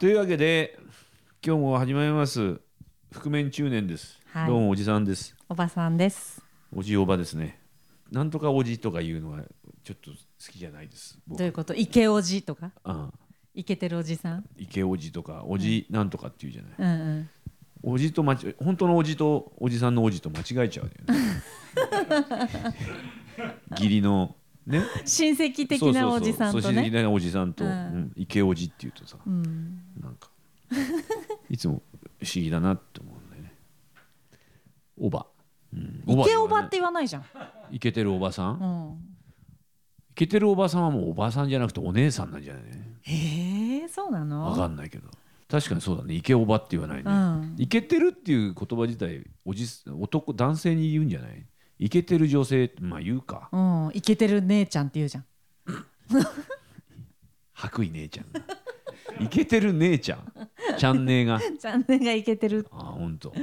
というわけで今日も始まります覆面中年です、はいどうもおじさんですおばさんです。おじおばですねなんとかおじとか言うのはちょっと好きじゃないです僕どういうことイケおじとかああイケてるおじさん池おじとかおじなんとかっていうじゃない、うんうん。おじと間違本当のおじとおじさんのおじと間違えちゃうよね 義理のね親戚的なおじさんそうとそうそう親戚ね。的なおじさんと、ううんん、池おじっていうとさ、うん。なんかいつも不思議だなって思うんだよね。おば。うんイケおばっ言て言わないじゃん。わない。イケてるおばさ。うんん。イケてるおばさんはもうおばさんじゃなくてお姉さんなんじゃない。へえ、そうなわかの。んないけど。確かにそうだね。イケおばって言わないうんね。イケてるっていう言葉自体おじ男男性に言うんじゃない。イケてる女性まあ言うか。うん、イケてる姉ちゃんって言うじゃん。白衣姉ちゃ んが。イケてる姉ちゃん。ちゃん姉が。チャンネルがイケてる。あ本当。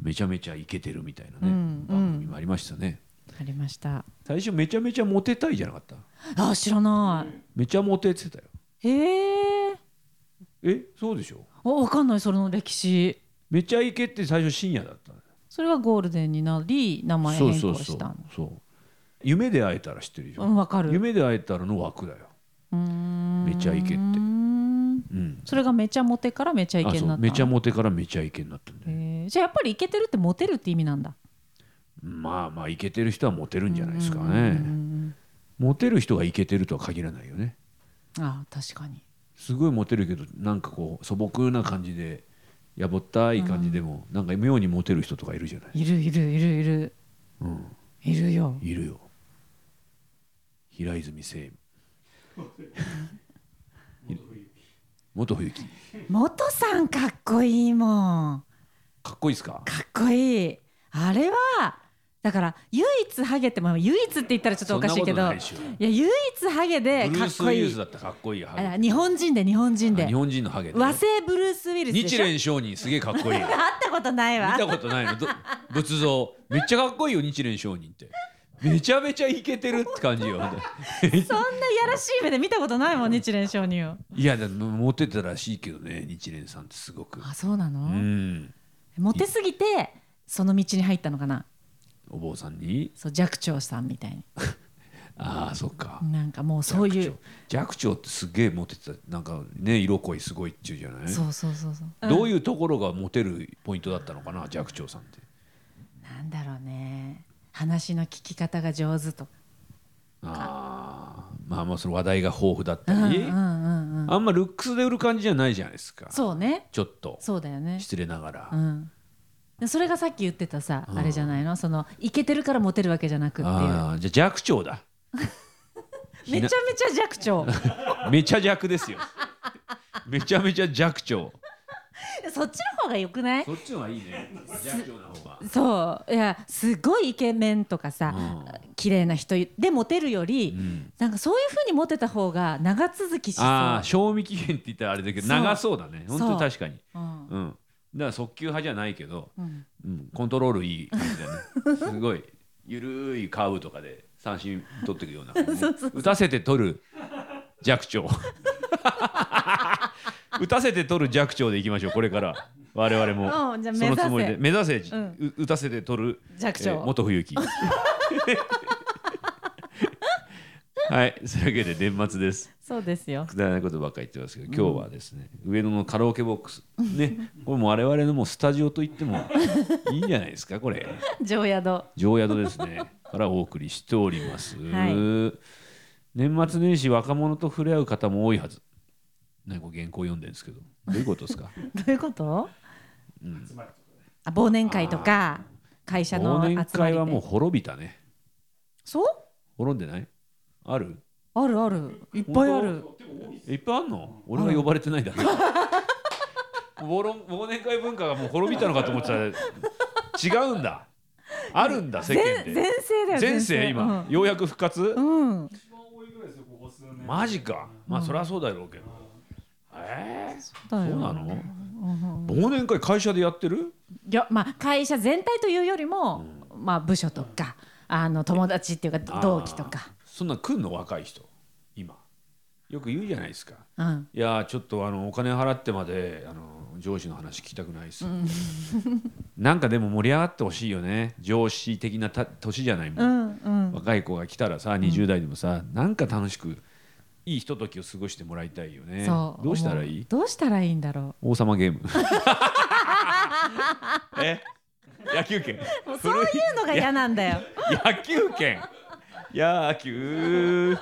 めちゃめちゃイケてるみたいなね、うん番組もありましたね。ありました。最初めちゃめちゃモテたいじゃなかったあ、知らなめちゃモテてたよい。へえ。えそうでしょお、わかんない、それの歴史。めちゃイケって最初深夜だったのそれはゴールデンになり、名前変そ更しうたの。そう夢で会えたら知ってるでしょ、うん、わかる。夢で会えたらの枠だよめめちゃイケってうんそれがめちゃモテからめちゃイケあになそったうのめちゃモテからめちゃイケになったんだよ、へえじゃあやっぱりイケてるってモテるって意味なんだまあまあイケてる人はモテるんじゃないですかね、うんモテる人がイケてるとは限らないよねああ確かにすごいモテるけどなんかこう素朴な感じでやぼったい感じでも、なんか妙にモテる人とかいるじゃない、いるいるいるいるうん、いるよいるよ平泉 聖元冬樹元さんかっこいいもんかっこいいっすかかっこいいあれはだから唯一ハゲってまあ唯一って言ったらちょっとおかしいけどそんなことないいでしょや唯一ハゲでブルかーっス・こウィいルスいだったらかっこいいハゲあ日本人で日本人あで日本人のハゲね和製ブルース・ウィルスで日しょ会っ蓮商人すげえかっ こいい見たことないわたことないのど仏像めっちゃかっこいいよ日蓮商人ってめちゃめちゃイケてるって感じよ本当にそんなやらしい目で見たことないもん日蓮商人をいやでもモテてたらしいけどね日蓮さんってすごくあそうなの、うんモテすぎてその道に入ったのかなお坊さんにそう寂聴さんみたいああそっか、になんかもうそういう寂聴ってすげえモテてたなんかね色恋すごいっちゅうじゃないそうそうそうそうどういいうところがモテるポイントだったのかな寂聴さんってうんなんだろうね話の聞き方が上手とかあーまあまあその話題が豊富だっうたんうんり、うんうんあんまルックスで売る感じじゃないじゃないですかそうねちょっとそうだよね失礼ながら、うんでそれがさっき言ってたさうんあれじゃないのそのイケてるからモテるわけじゃなくっていうああじゃあ寂聴だめちゃめちゃ寂聴めちゃ弱ですよめちゃめちゃ寂聴 そっちの方がよくないそっちの方がいいね寂聴の方がそういやすごいイケメンとかさう綺麗な人でモテるより、うんなんかそういうふうにモテた方が長続きしそうああ賞味期限って言ったらあれだけどそう長そうだね本当に確かにうんうん、だから速球派じゃないけど、うんうん、コントロールいい感じだ ねすごいゆるいカーブとかで三振取っていくような、 打たせて取る弱調 打たせて取る弱調でいきましょうこれから我々 も、うんじゃあそのつもりで目指せ、うんう打たせて取る弱調えー元冬 木はいそういうわけで年末ですそうですよ。くだらないことばっかり言ってますけど今日はですね、上野のカラオケボックスねこれもう我々のもうスタジオと言って もいいんじゃないですかこれ 上宿。常宿ですねからお送りしております、は年末年始若者と触れ合う方も多いはず何か原稿読んでるんですけどどういうこと ですかどういうこと？あ忘年会とか会社の忘集まりで年会はもう滅びたねそう？滅んでないあるあるある。いっぱいある。いっぱいあんの俺が呼ばれてないだけ忘論忘年会文化がもう滅びたのかと思ってたら違うんだあるんだ世間全全で盛だよ。前世今、ようやく復活、うん。うん。マジかまあそりゃそうだろうけど、えー、だよそうなのうんうん忘年会会社でやってるいやまあ会社全体というよりも、まあ部署とかあの友達っていうか同期とか。そんなん来んの若い人今よく言うじゃないですかうんいやーちょっとあのお金払ってまであの上司の話聞きたくないです、なんかでも盛り上がってほしいよね上司的なた年じゃないもん、うんうん若い子が来たらさ20代でもさ、なんか楽しくいいひとときを過ごしてもらいたいよねそうどうしたらいいどうしたらいいんだろ王様 ゲームえ野球拳うもうそういうのが嫌なんだよ野球拳野球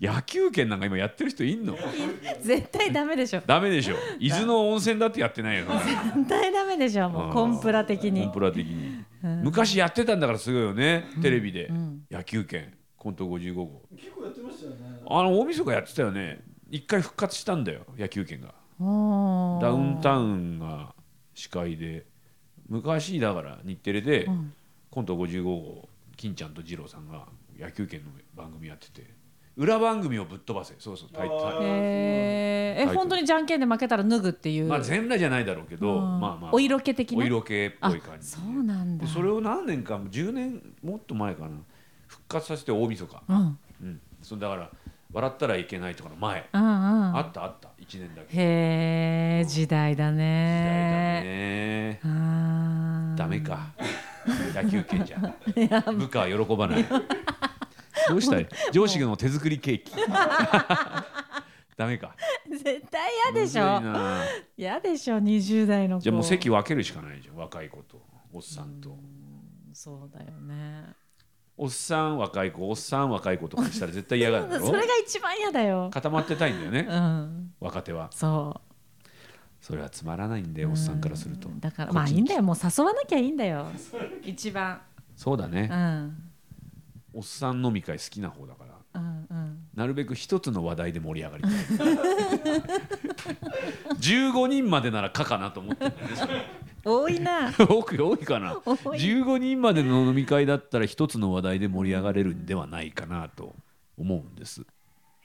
野球拳なんか今やってる人いんの 絶対ダメでしょダメでしょ伊豆の温泉だってやってないよな絶対ダメでしょもうコンプラ的コにンプラ的に、うん昔やってたんだからすごいよね、テレビで、ん野球拳コント55号結構やってましたよねあの大晦日やってたよね一回復活したんだよ野球拳がダダウンタウンが司会で昔だから日テレで、んコント55号金ちゃんと二郎さんが野球拳の番組やってて裏番組をぶっ飛ばせそうそうタイタイえー、えタイトル本当にじゃんけんで負けたら脱ぐっていう、まあ全裸じゃないだろうけど、うんまあまあお色気的なお色気っぽい感あじそうなんだでそれを何年か10年もっと前かな復活させて大晦日うんうんうんそのだから笑ったらいけないとかの前、うんあったあった1年だけ時へえ時代だ代だねね、代だねダメか野球拳じゃ部下は喜ばないどうしたい上司の手作りケー キダメか絶対嫌でしむょずいな嫌でしょ20代の子じゃあもう席分けるしかないじゃん若い子とおっさんとそうだよねおっさん若い子おっさん若い子とかにしたら絶対嫌がるだろ それが一番嫌だよ固まってたいんだよねうん若手はそそれはつまらないんでうおっさんからするとだからこっまあちいにいんだよもう誘わなきゃいいんだよ一番そうだうねんおっさん飲み会好きな方だからうんうんなるべく一つの話題で盛り上がり たい15人までならかかなと思 ってるんだよねそれ多いな多く多いかな多い15人までの飲み会だったら一つの話題で盛り上がれるんではないかなと思うんです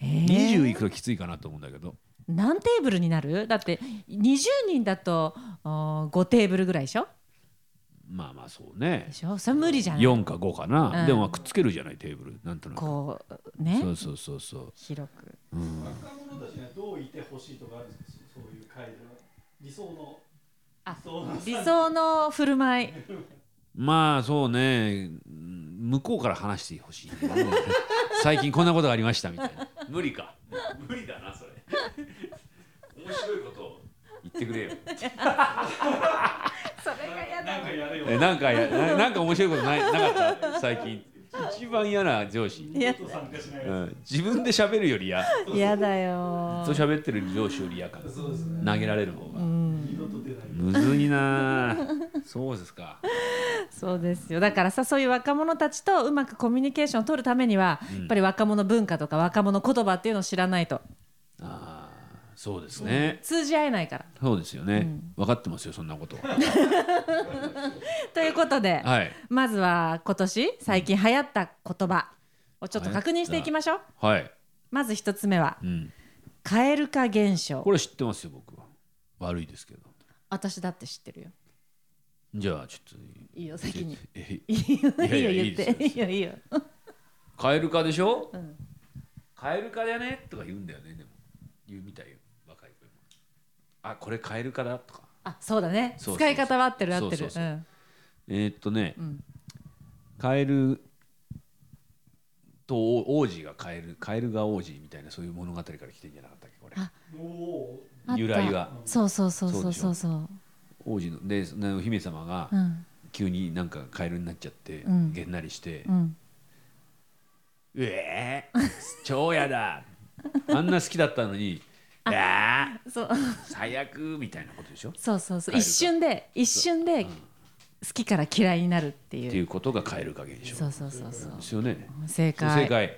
20いくときついかなと思うんだけど何テーブルになるだって20人だとおー5テーブルぐらいでしょまあまあそうねでしょそれ無理じゃない4か5かな、うんでもまあくっつけるじゃないテーブルなんとなくこうねそうそうそうそう広く若者たちにはどういてほしいとかあるんですかそういう会では理想のあ理想の理想の振る舞いまあそうねうん向こうから話してほしい ね、最近こんなことがありましたみたいな無理か無理だなそれ面白いことを言ってくれよそれが嫌なんかやれよえなんかやななんか面白いことないなかった最近一番嫌な上司、ちょ っと参加しないやうつん、自分で喋るより嫌ず嫌だっよと喋ってる上司より嫌かそうですね投げられる方が二度と出ないむずいなあそうですかそうですよだからさそういう若者たちとうまくコミュニケーションを取るためには、やっぱり若者文化とか若者言葉っていうのを知らないとああそうですね通じ合えないから。そうですよね、分かってますよそんなことはということで、はいまずは今年最近流行った言葉をちょっと確認していきましょうはい、まず一つ目はうん、蛙化現象これ知ってますよ僕は悪いですけど私だって知ってるよじゃあちょっいいよと先にえいいよいやいいいやよい言いっですよていいよいいよカエル化でしょ、んカエル化だねとか言うんだよねでも言うみたいよ若い子にもあこれカエル化だとかあそうだねそうそうそう使い方は合ってる合ってそうるそうそうえーっとね、んカエルと王王子がカエルカエルが王子みたいなそういう物語から来てんじゃなかったっけこれあおーうん由来があったそうそうそうそうそうそう王子のでそのお姫様がうん急になんかカエルになっちゃって、んげんなりしてうん「うえー、超やだ!」あんな好きだったのに「えー、そう最悪!」みたいなことでしょっそうそうそ蛙う化一瞬で一瞬で好きから嫌いになるってていいううことがカエル化現象そでうそうそうそうすよね。そう正正解解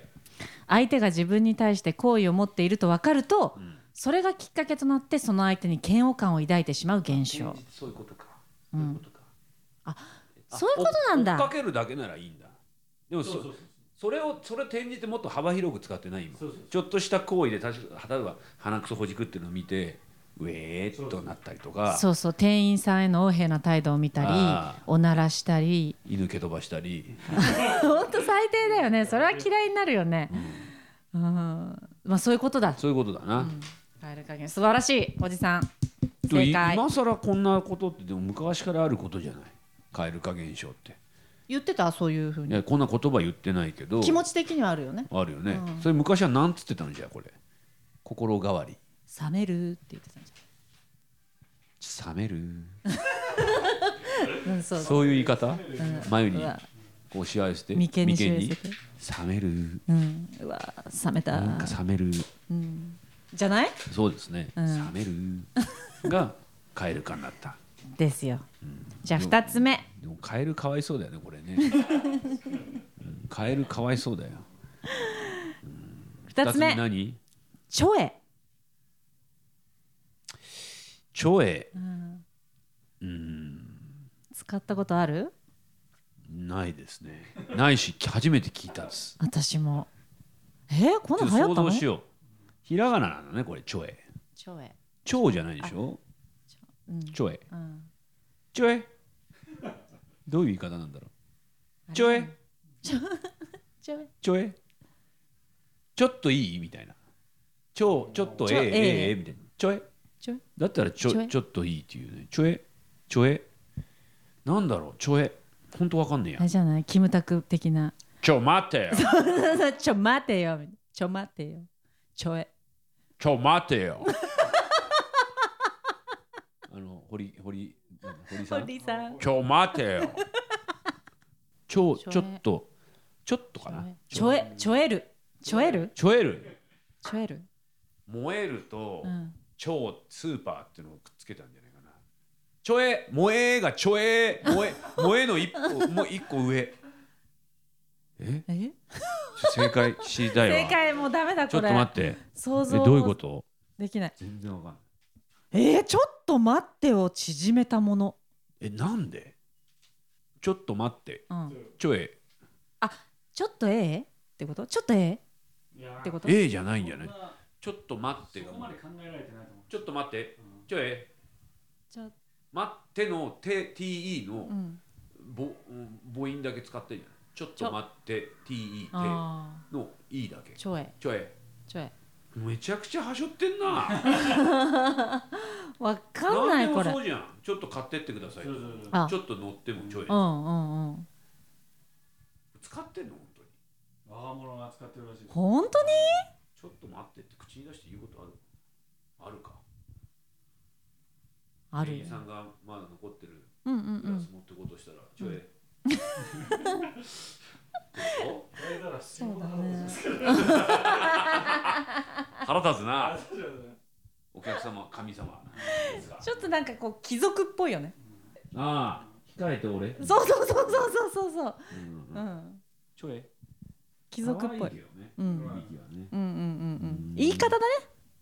相手が自分に対して好意を持っていると分かると、それがきっかけとなってその相手に嫌悪感を抱いてしまう現象そういうことか。そういうことか。あそういうことなん追だっかけるだけならいいんだ。でもそそうそうそれをそれを転じてもっと幅広く使ってない今そうそうそうちょっとした行為で確か例えば鼻くそほじくっていうのを見てウえーっとなったりとかそうそう店員さんへの横柄な態度を見たありおならしたり 犬蹴飛ばしたりほんと最低だよねそれは嫌いになるよね、うんまあそういうことだ、そういうことだな、カエル加減素晴らしいおじさんでもい正解今更こんなことってでも昔からあることじゃない蛙化現象って言ってたそういうふういにやこんな言葉言ってないけど気持ち的にはあるよねあるよね、それ昔はなんつってたのじゃあこれ心変わり冷めるって言ってたんじ冷めるゃん、うん、そうそういう言い方眉にうわこうしわ寄せて眉間にしわ寄せて眉間に冷めるうん、うわ冷めたなんか冷めるじゃないそうですね、冷めるがカエル化になったですよ、じゃあ2つ目でもカエルかわいそうだよねこれ ね、うんカエルかわいそうだよ2つ目二何ちょえちょえ使ったことあるないですねないし初めて聞いたです私もえー、こんちょなっんと流行想ったの像しようひらがななんだねこれちょえちょえちょうじゃないでしょちょえうんちょえどういう言い方なんだろうちょえちょえちょえちょっといいみたいなちょちょっとちええょええええみたいなちょえちょえだったらちょちょえちょっといいっていうねちょえちょえなんだろうちょえほんとわかんねえあやれじゃないキムタク的 なちょ待てよちょ待てよちょ待てよちょえちょ待てよあの堀堀堀さん堀さんちょ待てよちょちょえちょっとちょっとかなちょえちょえるちょえるちょえるちょえる燃えると、うん超スーパーっていうのをくっつけたんじゃないかな。ちょえ、萌えがちょえ、萌え、 萌えの一歩、もう一個上。え、えちょ正解知りたいわ。正解もうダメだちょこっれと待って、想え像どういうこと？できない全然わかんない。えー、ちょっと待ってを縮めたものえ、なんで？ちょっと待って、うんちょえ、ちょっとええってことちょっとええってことえじゃないんじゃなそんい？なちょっと待ってそがこまで考えられてないと思う。ちょっと待って、うんちょえ、ちょ待ってのて T E のうんぼ、うん母音だけ使ってんじゃない？ちょっと待って T E てあの E だけー。ちょえちょえ。ちょえめちゃくちゃはしょってんな。わかん ないでこもれそうじゃん。ちょっと買ってってくださいそ。うそうそう。あちょっと乗ってもちょい。うんうんうん使ってんの本当に。若者が使ってるらしいです。本当にちょっと待ってって口に出して言うことある？あるか。ある店よ員さんがまだ残ってるうんうんうグラんス持ってこうとしたらちょい。 どそれなら質問そうだなんねですけど。う腹立つなあ。そうだねお客様神様。いいですかちょっとなんかこう貴族っぽいよねああ控えて俺。そうそうそうそうそうそうそううんううんんちょい。貴族っぽい可愛けどねうんうん雰囲気はね。うんうんううんん言い方だね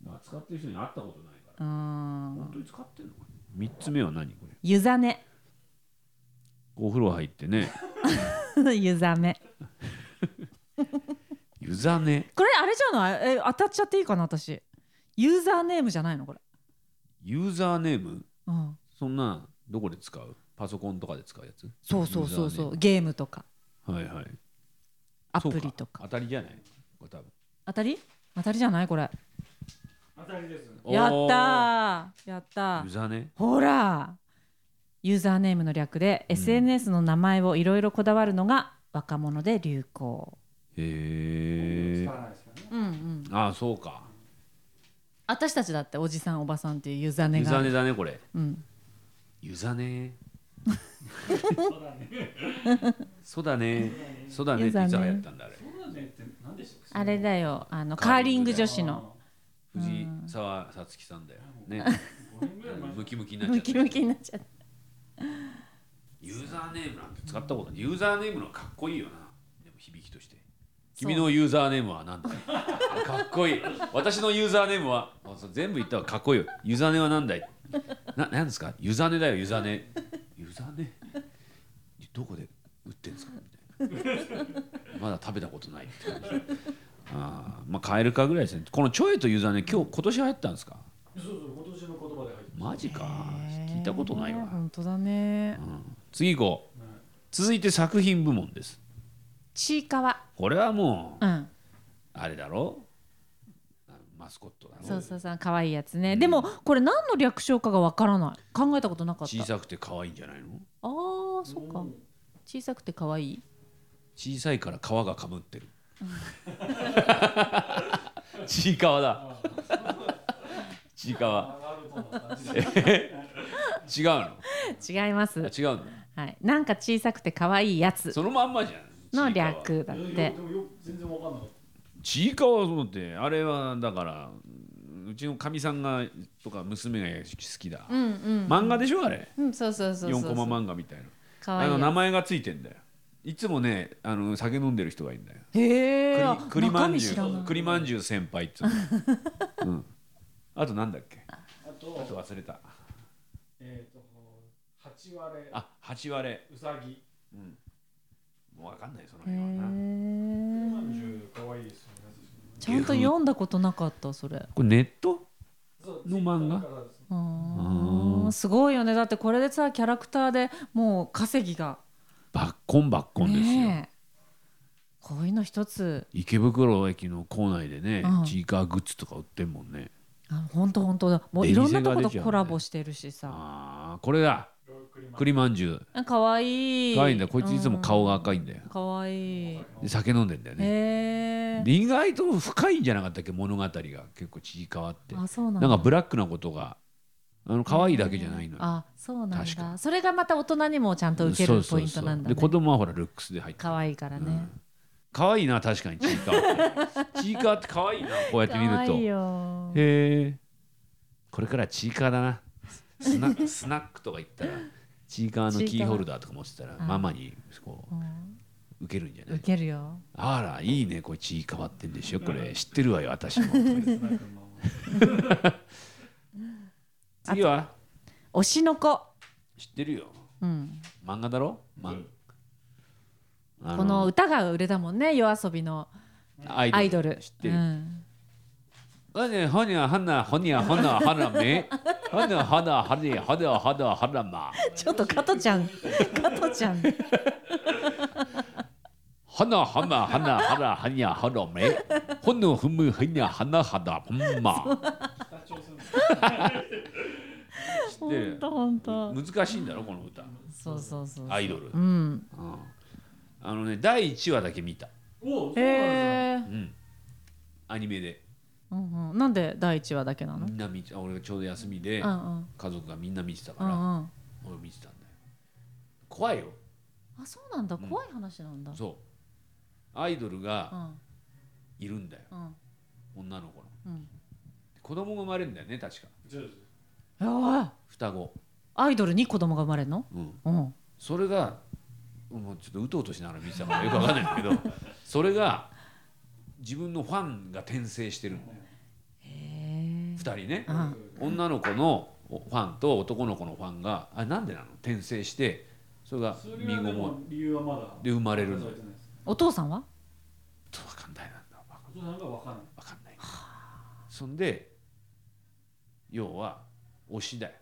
まあ使ってる人に会ったことないから。うん本当に使ってんのか3つ目は何これ湯ざ めお風呂入っ てね湯ざめ湯ざねこれあれじゃないえ当たっちゃっていいかな私ユーザーネームじゃないのこれユーザーネームうんそんなどこで使うパソコンとかで使うやつそうそうそうそユうゲームとかはいはいアプリとそうか当たりじゃないこれ多分当たり当たりじゃないこれ当たりです。やっおたーやったーーユーザーねほらユーザーネームの略で SNS の名前をいろいろこだわるのが若者で流行へえ使わないですからね。うんうんああそうか私たちだっておじさんおばさんっていうユーザーネ湯がざあるねだねこれうん湯ざねそうだね。そだねそだねっていつ流行ったんだあれそうだねって何でしたっけ。あれだよあのカカーーリリンンググだよ女子の藤沢さつきさんだよ ね五年ぐらい前ムキムキになっちゃムったキムキになっちゃったユーザーネームなんて使ったことないユーザーネームのかっこいいよなでも響きとして君のユーザーネームは何だいかっこいい私のユーザーネームはあそう全部言ったわかっこいいよユーザーネは何だいな何ですかユーザーネだよユーザーネユーザーネどこで売ってんですかみたいなまだ食べたことないって感じあーまあ買えるかぐらいですねこのちょえとユーザーネ今日今年入ったんですかそうそう今年の言葉で入ってマジか聞いたことないわ本当だね次行こうる。はい続いて作品部門ですちいかわこれはもううんあれだろマスコットだろそうそうそう可愛いやつね、うんでもこれ何の略称かがわからない考えたことなかった小さくて可愛いんじゃないのあーそっかうん小さくて可愛い小さいから皮がかぶってるちいかわだあちいかわあるとの感じで違うのあ違います違うのはいなんか小さくて可愛いやつそのまんまじゃんの略だっいやてでもよ全然わかんなかっちいかわそうってあれはだからうちのかみさんがとか娘が好きだ、うんうん漫画でしょあれうんそうそうそうそう4コマ漫画みたいな可愛あいのやつ名前がついてんだよいつもねあの酒飲んでる人がいるんだよへえ栗栗まんじゅ知らなうい栗まんじゅう先輩っつうの、うん、あとなんだっけあたあとと忘れたえっと八割れあ八割れうさぎもう分かんないそのへ辺はなまんーじゅうかわいいですよねちゃんと読んだことなかったそれこれネットそうの漫画 Twitter からですねううーんんすごいよねだってこれでさキャラクターでもう稼ぎがバッコンバッコンですよ、ねえこういうの一つ池袋駅の構内でね、うんチーカーグッズとか売ってんもんねあ本当本当だもう出いろん店がなとこ出とちゃうねコラボしてるしさああこれだ栗まん栗まんじゅう可愛い可愛いんだよこいついつも顔が赤いんだようん可愛いで酒飲んでんだよへねえで意外と深いんじゃなかったっけ物語が結構ちいかわってあそうなんなだんかブラックなことがあの可愛いだけじゃないのよあそうなん確かだそれがまた大人にもちゃんと受けそうるそポうイントなんだそうで子ね供はほらルックスで入って可愛いからね可愛いな確かにチーカーってチーカーって可愛いなこうやって可見ると愛いへよえこれからチーカーだなスナ スナックとか行ったらチーカーのキーホルダーとか持ってたらーママにこうんう受けるんじゃな受いけるよあらいいねこれチーカーわってんでしょこれ知ってるわよ私 も次は推しの子知ってるようん漫画だろ漫画この歌が売れたもんね夜遊びのアイアイドル知ってるうんほにゃほにゃほにゃほにゃほにゃはら めほにゃほにゃはにゃほにゃほにゃはらまちょっと加ト ちゃん加トちゃんほなはまはなはらはにゃはらめほのふむはにゃはなはだほんま北朝鮮知ってる本当本当難しいんだろこの歌そうそうそうアイドル、ううんんあのね第1話だけ見た、おおそうなんですへねえうん、アニメでうんうんなんで第一話だけなのみんな見て俺がちょうど休みでうんうん家族がみんな見てたうかんうらん俺見てたんだよ怖いよあそうなんだうん怖い話なんだそうアイドルうがんいるんだようん女の子のうん子供が生まれるんだよね確かじゃあえおい双子、アイドルに子供が生まれるのうん、うんそれがもうちょっとうとうとしながら見てたからよくわかんないんだけど それが自分のファンが転生してるんだよへえ2人ねう、ん女の子のファンと男の子のファンがあなんでなの転生してそれがそ身れはごでもも理由はまだで生まれるのよ数えてないですお父さんはちょっとわかんないなんだわお父さんがわかんないかんないそんで要は推しだよ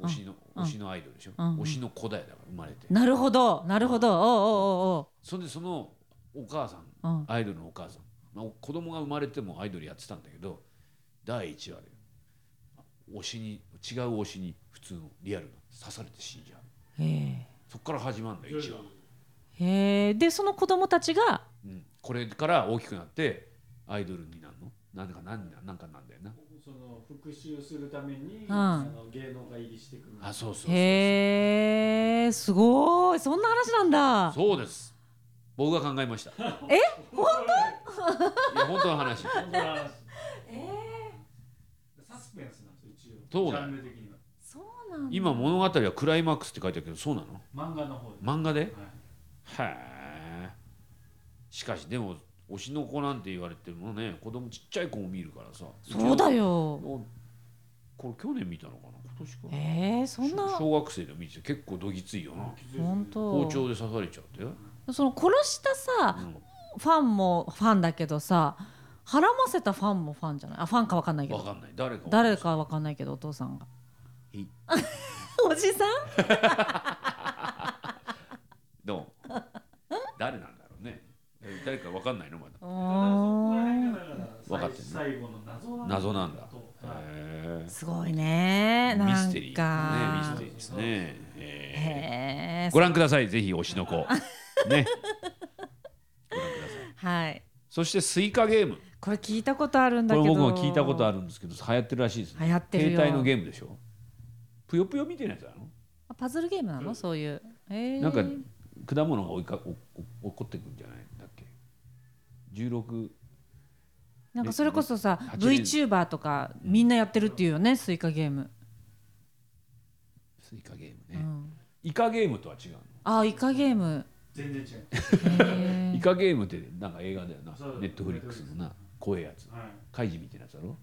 推しのうん推しのアイドルでしょ、うん推しの子だよだから生まれてなるほどなるほどおそんでそのお母さんうおうおうおううんアイドルのお母さん、まあ、子供が生まれてもアイドルやってたんだけど第1話で推しに違う推しに普通のリアルの刺されて死んじゃうへそこから始まるんだよ1話、えへえでその子供たちがうん、これから大きくなってアイドルになるのなんかなんだなんかなんだよなその復讐するために、うんあの芸能が入りしてくるあそうそうそうへえすごいそんな話なんだそうです僕が考えましたい本や本当の話当本当の話ええサスペンスなんですよ一応そうジだャよンル的にはそうなんだ今物語はクライマックスって書いてあるけどそうなの漫画の方で、漫画ではいへえしかしでも推しの子なんて言われてもね子供ちっちゃい子も見るからさそうだよおこれ去年見たのかな今年かなええそん小な小学生で見てて結構どぎついよな本包当丁で刺されちゃってよ、その殺したうさん、ファンもファンだけどさ孕ませたファンもファンじゃないあファンかわかんないけ分かどんない誰か誰かわかんないけどお父さんがい おじさん どう誰なんだろうねえ誰か分かんないのまだうだからそーんこら辺がだからわかってんの最後の謎なんですよ謎なすごいねミなスんテリー、ね、ミスかテリーですね、えーへえご覧くださいぜひ推しの 子ねはいそしてスイカゲームこれ聞いたことあるんこだれけど僕も聞いたことあるんですけど流行ってるらしいですね流行ってるよ携帯のゲームでしょぷよぷよみたいなやつなのあパズルゲームなのそういうえーなんか果物が追いかおお落っこってくるんじゃないんだっけ16なんかそれこそさ八連 VTuber とかみんなやってるっていうよねスイカゲーム、スイカゲームね、うん、イカゲームとは違うの、あーイカゲーム全然違う。へイカゲームってなんか映画だよなそうネットフリックスのな怖いやつはい。怪獣みたいなやつだろ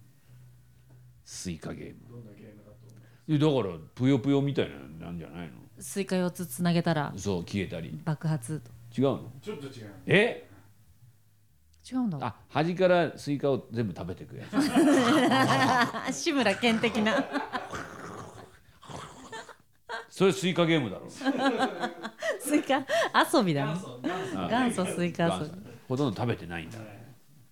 スイカゲームどんなゲームだと思う。いやだからぷよぷよみたいななんじゃないのー スイカ4つつなげたらそう消えたり爆発と違うのちょっと違う。え違うんだあ端からスイカを全部食べていくやつあ志村けん的なそれスイカゲームだろ スイカ遊びだねそう、なんすあ元祖スイカ遊元び祖ほとんど食べてないんだ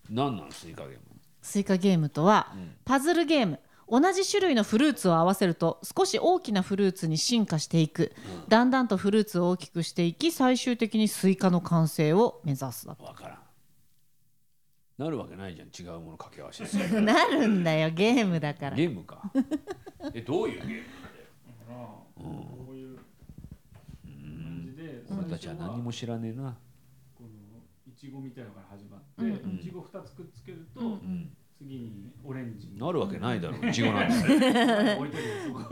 なんなんスイカゲームスイカゲームとは、パズルゲーム同じ種類のフルーツを合わせると少し大きなフルーツに進化していく、だんだんとフルーツを大きくしていき最終的にスイカの完成を目指すだわからんなるわけないじゃん違うもの掛け合わせ て なるんだよゲームだからゲームかえどういうゲームかなこういう感じで、俺たちは何も知らねえなこのいちごみたいなのから始まうんっうんて、いちご2つくっつけると、ん次にオレンジなるわけないだろいちごなんて置いてる んですよ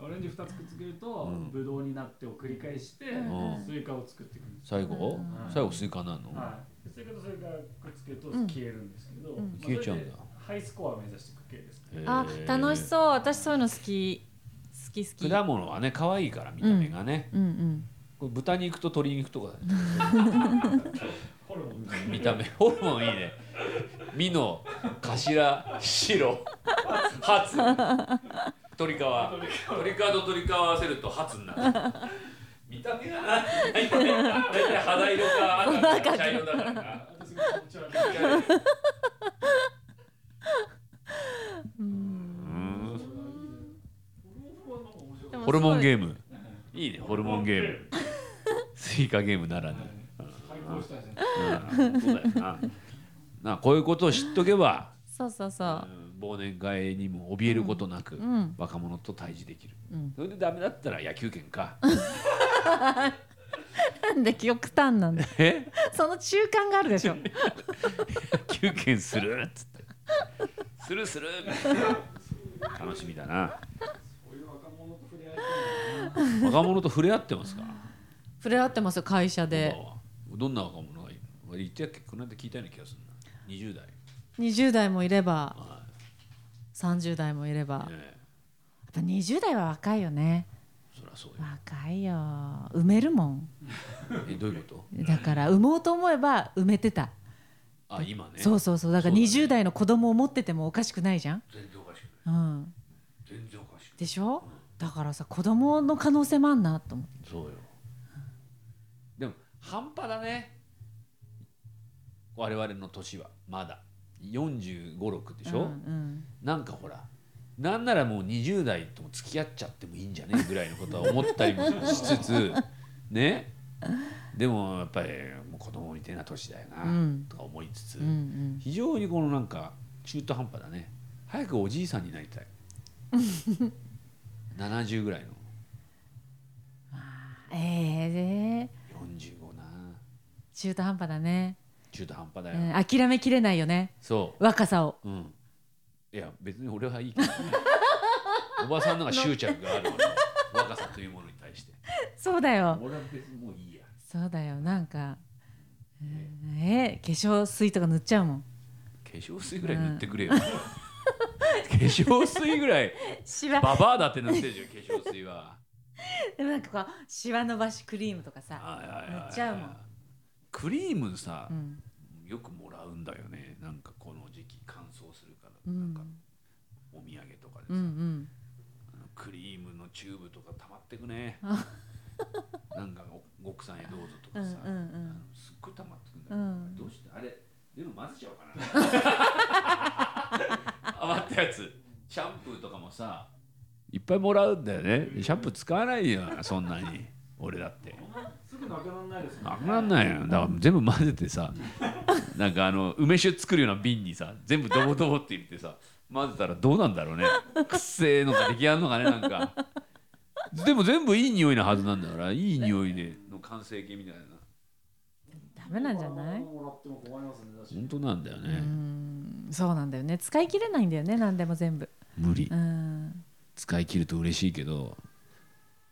オレンジ2つくっつけるとんブドウになってを繰り返してんスイカを作っていくんですよ最後最後スイカなのはいでスイカとスイカくっつけると消えるんですけどまあ消えちゃうんだそれでハイスコアを目指していく系ですねあえー楽しそう私そういうの好き好き好き果物はね可愛いから見た目がねうんうんこれ豚肉と鶏肉とかだねホルモン見た目 ホルモンいいね美の頭白初鳥皮鳥皮と鳥皮合わせると初になる見た目がな大体大体肌色か赤か茶色だからな私がこちらでうんでもホルモンーゲームいいねホルモンゲームスイカゲームならぬ開口したいじゃんうんそうだよななあこういうことを知っとけばそうそうそううん忘年会にも怯えることなく、ん若者と対峙できる、うんそれでダメだったら野球拳 かなんで極端なんだえその中間があるでし ょ野球拳するっつってするするみたいな楽しみだなこういう若者と触れ合い若者と触れ合ってますか触れ合ってますよ会社で小川はどんな若者がいるの俺言ってやっけこの間聞いたような気がするな20代20代もいればは30代もいればい、やっねえぱ20代は若いよねそりゃそうよ若いよ埋めるもんえどういうことだから産もうと思えば埋めてた、あ今ねそうそうそうだからそうだね20代の子供を持っててもおかしくないじゃん、全然おかしくないうん、全然おかしくないでしょだからさ子供の可能性もあんなと思ってそうよでも半端だね我々の年はまだ4 5 6でしょ、うんうんなんかほらなんならもう20代とも付き合っちゃってもいいんじゃねえぐらいのことは思ったりもしつ つねでもやっぱりもう子供みたいな年だよな、うんとか思いつつ、うんうん非常にこのなんか中途半端だね早くおじいさんになりた い70ぐらいのええ45な中途半端だね、中途半端だよ、うん諦めきれないよねそ若さをううんいや別に俺はいいけ どねおばさんのが執着があるわけ若さというものに対してそうだよ俺は別にもういいやそうだよなんか、うんえ化粧水とか塗っちゃうもん化粧水ぐらい塗ってくれ よ、化粧水ぐらいシワババアだって塗ってるじゃん化粧水 はでもなんかこうシワ伸ばしクリームとかさはいはいはいはい塗っちゃうもんクリームさ、うんよくもらうんだよねなんかこの時期乾燥するから、うんなんかお土産とかでさ、うんうんあのクリームのチューブとか溜まってくねなんかお奥さんへどうぞとかさ、うんうんうんあのすっごい溜まってくんだけど、うんど うしてあれでも混ぜちゃおうかな余ったやつシャンプーとかもさいっぱいもらうんだよねシャンプー使わないよそんなに俺だってすぐなくならないですねなくなんないよだから全部混ぜてさなんかあの梅酒作るような瓶にさ全部ドボドボって入れてさ混ぜたらどうなんだろうねくっせえのが出来上がるのかねなんかでも全部いい匂いなはずなんだからいい匂いでの完成形みたいなダメなんじゃないもらっても困りますね確かに本当なんだよね、うんそうなんだよね使い切れないんだよね何でも全部無理うん使い切ると嬉しいけど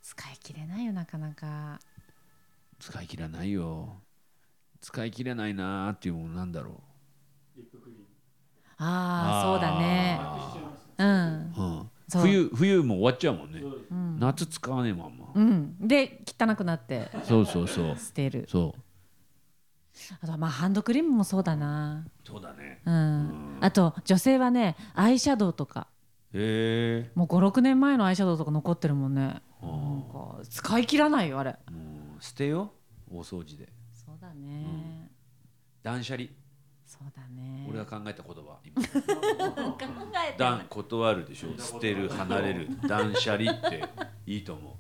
使い切れないよなかなか使い切らないよ使い切れないなーっていうものなんだろリップクリームあああーそうだねなくしちゃいますねうう、んうん、そう冬冬も終わっちゃうもんね、そうですうん夏使わねえまんま、うん、で汚くなってそうそうそう捨てるそうあとはまあハンドクリームもそうだなそうだねうんあと女性はねアイシャドウとかへえもう56年前のアイシャドウとか残ってるもんねあなんか使い切らないよあれもう捨てよ大掃除でそうだね、ん断捨離そうだね俺が考えた言葉今考えてな断い断るでしょ捨てる離れる断捨離っていいと思う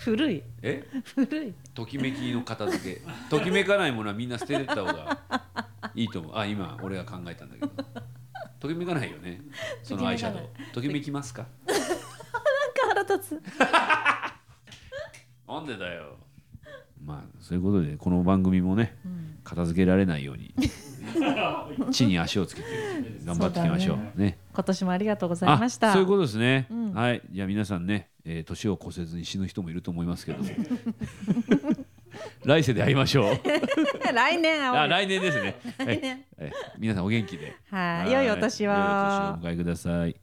古いえ古いときめきの片付 けときめかないものはみんな捨ててった方がいいと思うあ今俺が考えたんだけどときめかないよねそのアイシャドウときめきますかなんか腹立つなんでだよまあそういうことでこの番組もね片付けられないように地に足をつけて頑張っていきましょうそうね今年もありがとうございあましたそういうことですね、んはいじゃあ皆さんね年、えー年を越せずに死ぬ人もいると思いますけども来世で会いまし ょう 来年会おうあ来年ですね 来年はい、はい皆さんお元気ではい良いお年を良いお年をお迎えください